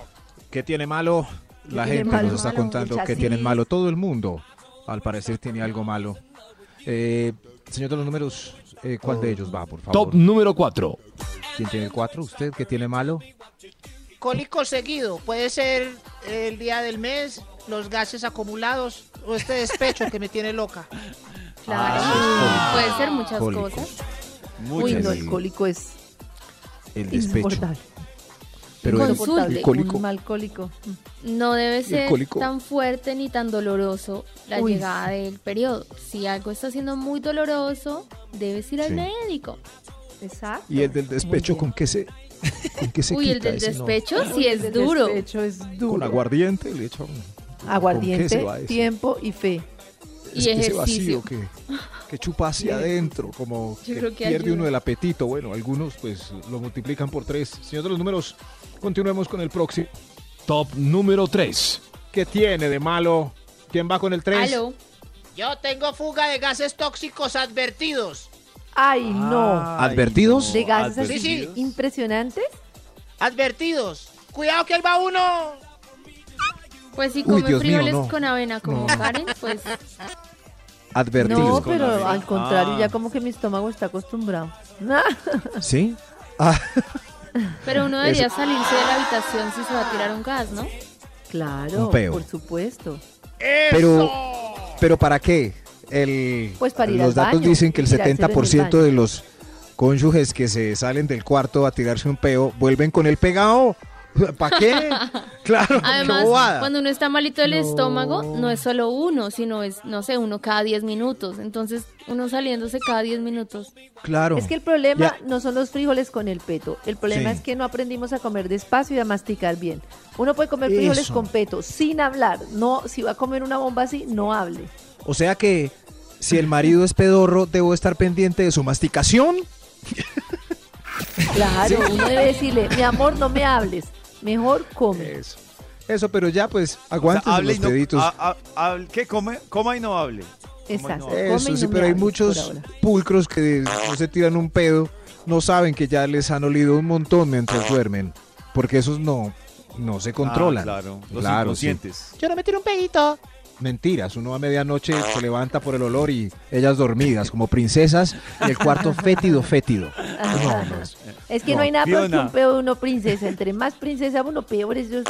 Speaker 5: ¿Qué tiene malo? La
Speaker 3: tiene
Speaker 5: gente
Speaker 3: malo?
Speaker 5: nos está
Speaker 3: Malo,
Speaker 5: contando
Speaker 3: muchachos.
Speaker 5: que tienen malo. Todo el mundo, al parecer, tiene algo malo. Eh, señor de los números, eh, ¿cuál de ellos va, por favor?
Speaker 6: Top número 4.
Speaker 5: ¿Quién tiene el 4? ¿Usted qué tiene malo?
Speaker 7: Cólico seguido. Puede ser el día del mes, los gases acumulados o este despecho que me tiene loca.
Speaker 4: Claro. Ah,
Speaker 5: Ah,
Speaker 4: Puede ser muchas
Speaker 5: Cólicos.
Speaker 4: cosas.
Speaker 3: Uy,
Speaker 2: Muchas.
Speaker 3: no,
Speaker 5: Sí.
Speaker 3: el cólico es
Speaker 5: El despecho.
Speaker 3: insoportable.
Speaker 5: Pero el,
Speaker 4: Insoportable.
Speaker 5: el cólico.
Speaker 3: Un mal cólico.
Speaker 4: No debe ser
Speaker 5: cólico.
Speaker 4: tan fuerte ni tan doloroso la
Speaker 3: Uy,
Speaker 4: llegada del periodo. Si algo está siendo muy doloroso, debes ir al
Speaker 5: Sí.
Speaker 4: médico.
Speaker 3: Exacto.
Speaker 5: Y el del despecho, ¿con qué se, con qué se
Speaker 4: Uy,
Speaker 5: quita?
Speaker 4: el del
Speaker 5: ese? No,
Speaker 4: despecho sí
Speaker 3: El
Speaker 4: es duro.
Speaker 3: despecho es duro.
Speaker 5: Con aguardiente le echa un- ¿con qué se
Speaker 3: Aguardiente,
Speaker 5: va eso?
Speaker 3: tiempo y fe.
Speaker 4: Y
Speaker 5: Es que ese
Speaker 4: ejercicio.
Speaker 5: vacío que, que chupa hacia adentro, como que
Speaker 4: creo que
Speaker 5: pierde
Speaker 4: ayuda.
Speaker 5: uno el apetito. Bueno, algunos pues lo multiplican por tres. Señor de los números, continuemos con el próximo.
Speaker 6: Top número 3.
Speaker 5: ¿Qué tiene de malo? ¿Quién va con el tres?
Speaker 4: Aló.
Speaker 7: Yo tengo fuga de gases tóxicos advertidos.
Speaker 3: Ay,
Speaker 5: Ah,
Speaker 3: no.
Speaker 2: Ay,
Speaker 5: ¿Advertidos?
Speaker 2: no,
Speaker 3: De gases
Speaker 5: ah,
Speaker 3: así
Speaker 2: advertidos.
Speaker 7: Sí, sí.
Speaker 3: impresionantes.
Speaker 7: Advertidos. Cuidado que ahí va uno.
Speaker 4: Pues si
Speaker 5: Uy,
Speaker 4: come
Speaker 5: Dios mío,
Speaker 4: frijoles
Speaker 5: no.
Speaker 4: con avena como
Speaker 5: No.
Speaker 4: Karen, pues
Speaker 5: advertido.
Speaker 3: No, pero al contrario,
Speaker 5: Ah.
Speaker 3: ya como que mi estómago está acostumbrado.
Speaker 5: ¿Sí? Ah,
Speaker 4: Pero uno debería
Speaker 5: Eso.
Speaker 4: salirse de la habitación si se va a tirar un gas, ¿no?
Speaker 3: claro,
Speaker 5: Un peo.
Speaker 3: por supuesto.
Speaker 5: pero, pero ¿para qué? El,
Speaker 3: Pues para ir
Speaker 5: los
Speaker 3: al
Speaker 5: datos
Speaker 3: baño,
Speaker 5: dicen que el
Speaker 3: tirarse en el
Speaker 5: 70%
Speaker 3: baño.
Speaker 5: de los cónyuges que se salen del cuarto a tirarse un peo vuelven con el pegado. ¿Para qué? Claro,
Speaker 4: Además,
Speaker 5: qué bobada.
Speaker 4: cuando uno está malito del estómago, no es solo uno, sino es, no sé, uno cada 10 minutos. Entonces, uno saliéndose cada 10 minutos.
Speaker 5: Claro.
Speaker 3: Es que el problema
Speaker 5: Ya.
Speaker 3: no son los frijoles con el peto. El problema
Speaker 5: Sí.
Speaker 3: es que no aprendimos a comer despacio y a masticar bien. Uno puede comer frijoles
Speaker 5: Eso.
Speaker 3: con peto sin hablar. No, si va a comer una bomba así, no hable.
Speaker 5: O sea que si el marido es pedorro, debo estar pendiente de su masticación.
Speaker 3: Claro, uno debe decirle, mi amor, no me hables. Mejor come.
Speaker 5: Eso. Eso, pero ya pues
Speaker 2: O sea,
Speaker 5: aguanten
Speaker 2: hable y
Speaker 5: los
Speaker 2: no- ah,
Speaker 5: peditos.
Speaker 2: ha- ha- hable- ¿Qué come? Coma y no hable.
Speaker 3: Exacto.
Speaker 2: Coma y no hable. Ah,
Speaker 3: come y
Speaker 5: Eso
Speaker 3: no
Speaker 5: sí,
Speaker 3: me
Speaker 5: pero hay
Speaker 3: hables por
Speaker 5: muchos
Speaker 3: ahora.
Speaker 5: pulcros que no se tiran un pedo, no saben que ya les han olido un montón
Speaker 2: Ah.
Speaker 5: mientras duermen, porque esos no no se controlan.
Speaker 2: Ah, claro, los
Speaker 5: sí.
Speaker 2: inconscientes.
Speaker 7: Yo no me tiro un pedito.
Speaker 5: Mentiras, uno a medianoche se levanta por el olor y ellas dormidas como princesas y el cuarto fétido, fétido. No, no, es-
Speaker 3: Es que no,
Speaker 5: No,
Speaker 3: hay nada peor que
Speaker 2: Fiona.
Speaker 3: un peo de uno princesa. Entre más princesa uno, peor es yo.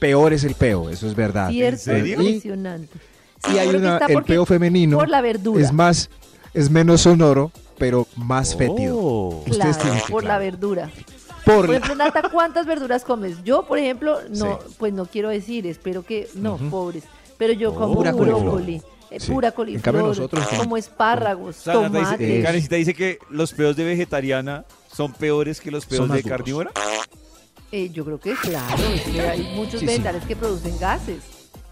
Speaker 5: peor es el peo, eso es verdad.
Speaker 3: Cierto,
Speaker 2: serio?
Speaker 5: Y-
Speaker 3: impresionante.
Speaker 5: Y hay
Speaker 3: creo que
Speaker 5: una-
Speaker 3: está
Speaker 5: el
Speaker 3: porque-
Speaker 5: peo femenino
Speaker 3: por la verdura.
Speaker 5: es más, es menos sonoro, pero más fétido.
Speaker 2: Oh.
Speaker 5: Ustedes
Speaker 3: Claro,
Speaker 5: tienen que-
Speaker 3: por la
Speaker 5: claro.
Speaker 3: verdura.
Speaker 5: Por
Speaker 2: Pues
Speaker 3: Por
Speaker 5: la-
Speaker 3: ejemplo, Nata, ¿cuántas verduras comes? Yo, por ejemplo, no,
Speaker 5: Sí.
Speaker 3: pues no quiero decir, espero que no, pobres, pero yo como
Speaker 5: Pura
Speaker 3: brócoli,
Speaker 5: coliflor.
Speaker 3: eh,
Speaker 5: Sí.
Speaker 3: pura
Speaker 5: En cambio,
Speaker 3: coliflor,
Speaker 5: nosotros con-
Speaker 3: como espárragos,
Speaker 2: O sea, Nata dice-
Speaker 3: tomates.
Speaker 2: Karencita dice que los peos de vegetariana son peores que los peos
Speaker 5: Son más
Speaker 2: de
Speaker 5: duros.
Speaker 2: carnívora.
Speaker 3: Eh, yo creo que claro, es que hay muchos
Speaker 5: Sí, sí.
Speaker 3: vegetales que producen gases,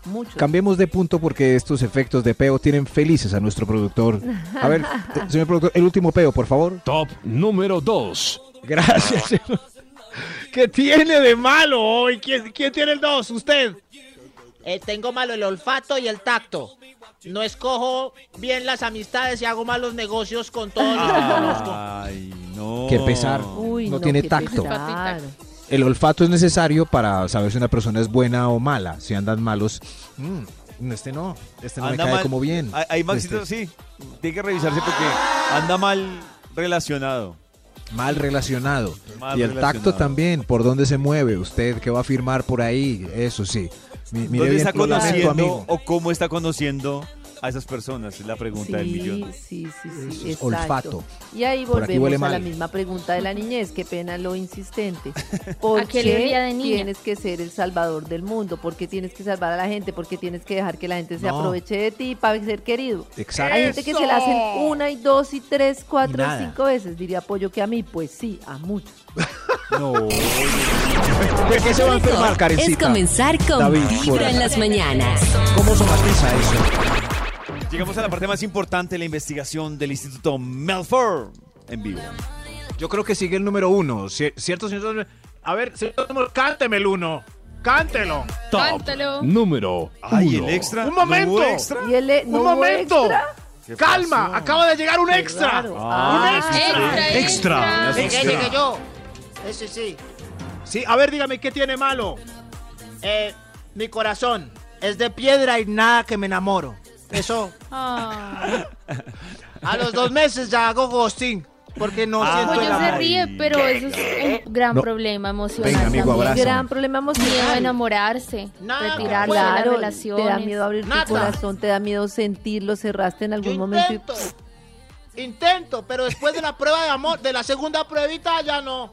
Speaker 3: muchos.
Speaker 5: Cambiemos de punto porque estos efectos de peo tienen felices a nuestro productor. A ver, eh, señor productor, el último peo, por favor.
Speaker 6: Top número 2.
Speaker 5: Gracias. señor.
Speaker 7: ¿Qué tiene de malo hoy? ¿Quién, quién tiene el dos? ¿Usted? Eh, tengo malo el olfato y el tacto. No escojo bien las amistades y hago malos negocios con todos
Speaker 5: Ah.
Speaker 7: los que conozco.
Speaker 2: Ay, no.
Speaker 5: Qué pesar.
Speaker 3: Uy,
Speaker 5: No tiene
Speaker 3: qué
Speaker 5: tacto.
Speaker 3: pesar.
Speaker 5: El olfato es necesario para saber si una persona es buena o mala. Si andan malos, mm, este no, este no me cae como bien.
Speaker 2: Ahí- Ahí Maxito,
Speaker 5: Este,
Speaker 2: sí. Tiene que revisarse porque anda mal relacionado.
Speaker 5: Mal relacionado.
Speaker 2: Mal
Speaker 5: y el tacto
Speaker 2: relacionado.
Speaker 5: también, por dónde se mueve usted, qué va a firmar por ahí, eso sí. Mi- mire
Speaker 2: ¿Dónde
Speaker 5: bien
Speaker 2: está
Speaker 5: por dónde va tu
Speaker 2: conociendo
Speaker 5: amigo.
Speaker 2: o cómo está conociendo a esas personas? Es la pregunta del
Speaker 3: Sí,
Speaker 2: millón.
Speaker 3: sí, sí,
Speaker 5: Eso
Speaker 3: sí,
Speaker 5: es
Speaker 3: exacto.
Speaker 5: olfato.
Speaker 3: Y ahí
Speaker 5: Por aquí huele
Speaker 3: volvemos a la
Speaker 5: mal.
Speaker 3: misma pregunta de la niñez, qué pena lo insistente. ¿Por
Speaker 4: ¿A qué le olía de niña?
Speaker 3: tienes que ser el salvador del mundo? ¿Por qué tienes que salvar a la gente? ¿Por qué tienes que dejar que la gente se
Speaker 5: No.
Speaker 3: aproveche de ti para ser querido?
Speaker 5: Exacto.
Speaker 3: Hay gente que se la hacen
Speaker 7: ¡Eso!
Speaker 3: una y dos y tres, cuatro
Speaker 5: nada.
Speaker 3: y cinco veces. Diría Pollo que a mí, pues sí, a muchos.
Speaker 2: No.
Speaker 5: ¿De qué se va a enfermar,
Speaker 1: Mejor es
Speaker 5: Karencita?
Speaker 1: comenzar con
Speaker 5: David, fuera.
Speaker 1: Vibra en las mañanas.
Speaker 5: ¿Cómo somatiza eso?
Speaker 2: Llegamos a la parte más importante, la investigación del Instituto Melford en vivo.
Speaker 5: Yo creo que sigue el número uno, cier- ¿cierto, señor?
Speaker 7: A ver, señor, cánteme el uno. Cántelo.
Speaker 6: Top
Speaker 4: Cántalo.
Speaker 6: número 1.
Speaker 2: Ay, el extra.
Speaker 7: ¡Un
Speaker 2: ¿No hubo
Speaker 7: momento!
Speaker 2: extra?
Speaker 3: Y él le-
Speaker 7: ¡Un
Speaker 3: ¿no hubo
Speaker 7: momento!
Speaker 3: extra?
Speaker 2: ¿Qué
Speaker 7: ¡Calma!
Speaker 2: pasó?
Speaker 7: Acaba de llegar un
Speaker 3: Qué
Speaker 7: extra.
Speaker 3: raro.
Speaker 7: ¡Un
Speaker 3: Ah,
Speaker 7: extra!
Speaker 4: Extra,
Speaker 6: Extra.
Speaker 4: extra.
Speaker 7: Llegué, llegué yo. Ese sí. Sí, a ver, dígame, ¿qué tiene malo? Eh, mi corazón es de piedra y nada que me enamoro. Eso,
Speaker 4: Ah.
Speaker 7: a los dos meses ya hago ghosting. Porque no
Speaker 2: Ah.
Speaker 7: siento
Speaker 4: Pollo
Speaker 7: el
Speaker 4: Pues se
Speaker 7: amor.
Speaker 4: ríe, pero eso es un gran
Speaker 5: No.
Speaker 4: problema emocional.
Speaker 5: Venga, amigo,
Speaker 4: también.
Speaker 5: abrazo.
Speaker 3: Gran problema
Speaker 4: Miedo a
Speaker 3: emocional.
Speaker 4: enamorarse,
Speaker 7: Nada,
Speaker 4: retirarse de las
Speaker 3: Claro,
Speaker 4: relaciones.
Speaker 3: te da miedo abrir
Speaker 7: Nada.
Speaker 3: tu corazón, te da miedo sentirlo, cerraste en
Speaker 7: Yo
Speaker 3: algún momento y
Speaker 7: intento. Intento, pero después de la prueba de amor, de la segunda pruebita ya no.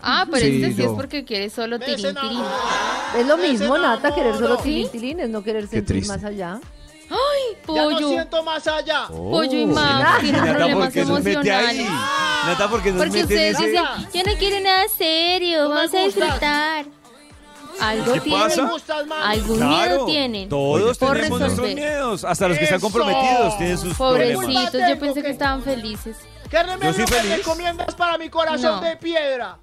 Speaker 4: Ah, pero
Speaker 5: Sí,
Speaker 4: este sí
Speaker 5: yo.
Speaker 4: es porque quiere solo
Speaker 7: Me
Speaker 4: tirín, tirín.
Speaker 7: desenamoro.
Speaker 3: Es lo
Speaker 7: Me
Speaker 3: mismo, Nata, querer solo
Speaker 7: desenamoro.
Speaker 3: tilintilines, no querer sentir
Speaker 5: triste.
Speaker 3: más allá.
Speaker 7: Ya no
Speaker 4: Pollo,
Speaker 7: siento más allá.
Speaker 4: pollo
Speaker 5: Oh,
Speaker 4: y más tienen
Speaker 2: Nata, ¿por
Speaker 4: problemas
Speaker 2: qué nos mete ahí?
Speaker 4: emocionales.
Speaker 2: Nata, ¿por qué
Speaker 7: Pues
Speaker 2: nos
Speaker 4: Porque
Speaker 2: mete en
Speaker 4: ustedes
Speaker 2: ese?
Speaker 4: dicen, yo no quiero nada serio,
Speaker 7: No me
Speaker 4: vamos a
Speaker 7: gusta".
Speaker 4: disfrutar. Algo
Speaker 2: ¿Qué
Speaker 4: tienen,
Speaker 2: pasa?
Speaker 7: Me gustas más.
Speaker 4: algún miedo tienen.
Speaker 2: Todos
Speaker 4: Por
Speaker 2: tenemos nuestros
Speaker 4: resolver.
Speaker 2: miedos, hasta los que están
Speaker 7: ¡Eso!
Speaker 2: comprometidos tienen sus problemas.
Speaker 4: Pobrecitos,
Speaker 7: Culpa
Speaker 4: yo
Speaker 7: tengo
Speaker 4: pensé que
Speaker 7: que-
Speaker 4: estaban felices.
Speaker 7: ¿Qué remedio
Speaker 2: soy
Speaker 7: me
Speaker 2: feliz.
Speaker 7: recomiendas para mi corazón
Speaker 4: No.
Speaker 7: de piedra?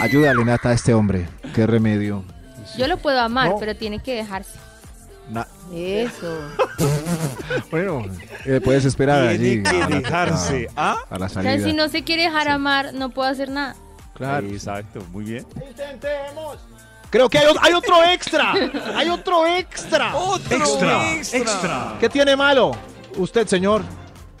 Speaker 5: Ayúdale, Nata, a este hombre. Qué remedio.
Speaker 4: Yo lo puedo amar,
Speaker 5: No.
Speaker 4: pero tiene que dejarse.
Speaker 5: Na-
Speaker 3: Eso.
Speaker 5: bueno, eh, puedes esperar allí.
Speaker 2: Tiene que
Speaker 5: a la-
Speaker 2: dejarse. ¿Ah?
Speaker 5: A, a la
Speaker 4: O sea,
Speaker 5: salida.
Speaker 4: si no se quiere dejar amar, no puedo hacer nada.
Speaker 5: Claro.
Speaker 2: Exacto, muy bien.
Speaker 7: Intentemos. Creo que hay, o- hay otro extra. Hay otro extra.
Speaker 2: Otro
Speaker 6: Extra. Extra.
Speaker 7: ¿Qué tiene malo?
Speaker 5: Usted, señor.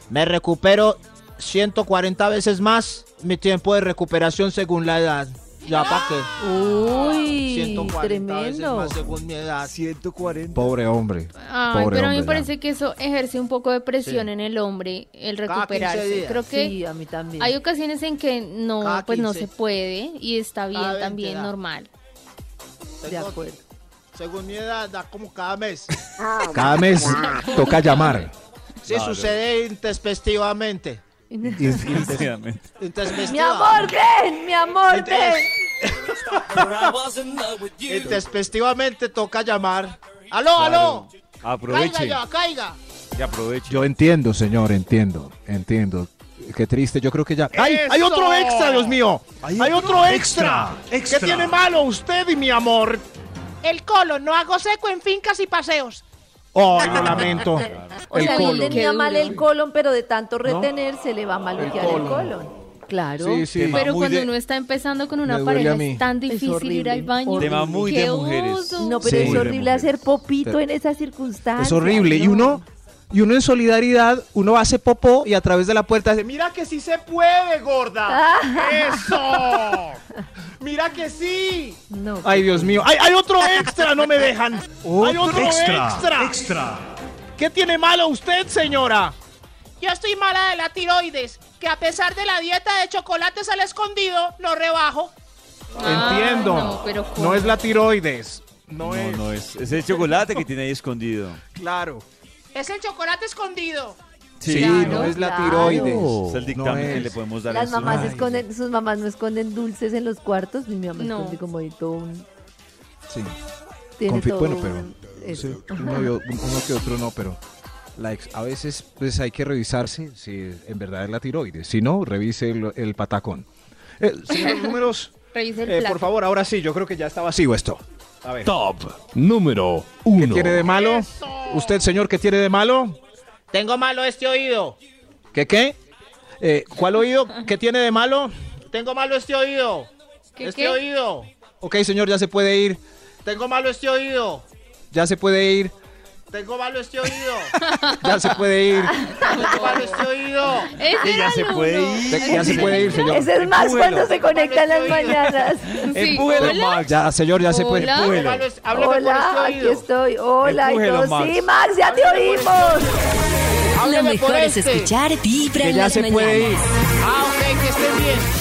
Speaker 7: Me recupero 140 veces más mi tiempo de recuperación según la edad. Ya pa' qué.
Speaker 3: Uy,
Speaker 7: 140 veces
Speaker 3: tremendo.
Speaker 7: más según mi edad.
Speaker 2: 140.
Speaker 5: Pobre hombre.
Speaker 4: Ay,
Speaker 5: Pobre
Speaker 4: pero a mí
Speaker 5: hombre,
Speaker 4: me parece que eso ejerce un poco de presión en el hombre, el
Speaker 7: Cada 15
Speaker 4: recuperarse.
Speaker 7: días.
Speaker 4: Creo que
Speaker 3: Sí, a mí también.
Speaker 4: hay ocasiones en que no,
Speaker 7: Cada
Speaker 4: pues no
Speaker 7: 15.
Speaker 4: se puede y está bien
Speaker 7: Cada 20
Speaker 4: también,
Speaker 7: da.
Speaker 4: normal.
Speaker 3: De
Speaker 7: Tengo-
Speaker 3: acuerdo.
Speaker 7: Según mi edad, da como cada mes.
Speaker 5: Cada mes toca llamar.
Speaker 7: Sí, sucede intespectivamente.
Speaker 3: Mi amor, ven, mi amor, ven.
Speaker 7: Intespectivamente Este, toca llamar. ¡Aló, aló! ¡Caiga
Speaker 2: Aproveche
Speaker 7: ya, caiga!
Speaker 2: y aproveche.
Speaker 5: Yo entiendo, señor, entiendo, entiendo. Qué triste, yo creo que ya. ¡Ay! ¡Hay otro extra, Dios mío! ¡Hay, otro extra! ¿Qué tiene malo usted y mi amor?
Speaker 7: El colo, no hago seco en fincas y paseos.
Speaker 5: ¡Oh, lo lamento!
Speaker 3: O sea,
Speaker 4: colon.
Speaker 3: no tenía
Speaker 4: Qué
Speaker 3: mal
Speaker 4: duro.
Speaker 3: el colon, pero de tanto retener se le va a maluquear el
Speaker 5: colon.
Speaker 3: colon. Claro.
Speaker 5: Sí, sí.
Speaker 2: Tema
Speaker 4: Pero
Speaker 2: muy
Speaker 4: cuando
Speaker 2: de-
Speaker 4: uno está empezando con
Speaker 5: Me
Speaker 4: una
Speaker 5: duele a
Speaker 4: pareja
Speaker 5: mí.
Speaker 4: es tan
Speaker 3: Es
Speaker 4: difícil ir
Speaker 3: horrible,
Speaker 4: al baño.
Speaker 3: horrible.
Speaker 2: Tema muy
Speaker 4: ¡Qué
Speaker 2: de mujeres.
Speaker 4: oso!
Speaker 3: No, pero
Speaker 5: Sí.
Speaker 3: es horrible hacer popito
Speaker 5: Pero-
Speaker 3: en esas circunstancias.
Speaker 5: Es horrible. Y
Speaker 3: no.
Speaker 5: uno, y uno en solidaridad, uno hace popó y a través de la puerta dice, mira que sí se puede, gorda.
Speaker 7: Ah.
Speaker 5: Eso. Mira que sí.
Speaker 3: No.
Speaker 5: Ay, Dios mío. Ay, hay otro extra, no me dejan. hay otro extra, ¿Qué tiene malo usted, señora?
Speaker 7: Yo estoy mala de la tiroides, que a pesar de la dieta de chocolates al escondido, no rebajo.
Speaker 4: Ah,
Speaker 5: Entiendo.
Speaker 4: no, pero ¿cómo?
Speaker 5: no es la tiroides. No,
Speaker 2: No,
Speaker 5: es.
Speaker 2: no es. Es el chocolate que tiene ahí escondido.
Speaker 5: Claro.
Speaker 7: Es el chocolate escondido.
Speaker 5: Sí, no es la
Speaker 3: claro.
Speaker 5: tiroides.
Speaker 2: Es el dictamen
Speaker 5: No
Speaker 2: que
Speaker 5: es.
Speaker 2: le podemos dar. a
Speaker 3: Las
Speaker 2: estos
Speaker 3: mamás
Speaker 2: niños.
Speaker 3: esconden, sus mamás no esconden dulces en los cuartos, mi mamá
Speaker 4: No.
Speaker 3: esconde como de todo un-
Speaker 5: Sí.
Speaker 3: tiene
Speaker 5: Confi-
Speaker 3: todo
Speaker 5: bueno,
Speaker 3: un-
Speaker 5: pero
Speaker 3: eso.
Speaker 5: sí, uno, y o- uno que otro no, pero la ex- a veces pues hay que revisarse si en verdad es la tiroides. Si no, revise el, el patacón. Eh, señor, los números,
Speaker 4: Revise el
Speaker 5: eh,
Speaker 4: plato.
Speaker 5: por favor, ahora sí, yo creo que ya está vacío esto. A ver,
Speaker 6: Top número
Speaker 5: ¿qué
Speaker 6: 1.
Speaker 5: tiene de malo? Usted, señor, ¿qué tiene de malo?
Speaker 7: Tengo malo este oído.
Speaker 5: ¿Qué qué? Eh, ¿Cuál oído? ¿Qué tiene de malo?
Speaker 7: Tengo malo este oído.
Speaker 4: ¿Qué,
Speaker 7: este
Speaker 4: qué?
Speaker 7: oído.
Speaker 5: Ok, señor, ya se puede ir.
Speaker 7: Tengo malo este oído.
Speaker 5: Ya se puede ir.
Speaker 7: Tengo malo este oído.
Speaker 5: Ya se puede ir.
Speaker 7: Tengo malo este oído.
Speaker 4: Ese
Speaker 2: Que ya
Speaker 4: era
Speaker 2: se
Speaker 4: el
Speaker 2: puede
Speaker 4: uno.
Speaker 2: ir.
Speaker 5: Ya se puede ir, señor.
Speaker 3: Ese es más cuando se conectan las
Speaker 7: este
Speaker 3: mañanas.
Speaker 4: Sí,
Speaker 2: Empújelo,
Speaker 4: hola.
Speaker 2: Max.
Speaker 5: Ya, señor, ya se puede
Speaker 4: Hola.
Speaker 7: Tengo
Speaker 2: Bueno.
Speaker 7: malo es- hábleme por
Speaker 3: Hola,
Speaker 7: este
Speaker 3: aquí
Speaker 7: oído. este
Speaker 3: estoy. Hola, y
Speaker 2: Empújelo,
Speaker 3: todos.
Speaker 2: Max.
Speaker 3: Sí, Max, ya te oímos.
Speaker 1: Lo
Speaker 7: Hábleme por
Speaker 1: mejor es
Speaker 7: este.
Speaker 1: escuchar Vibra
Speaker 5: Que
Speaker 1: en
Speaker 5: ya
Speaker 1: las
Speaker 5: se puede
Speaker 1: mañanas.
Speaker 7: Ah, ok, que esté bien.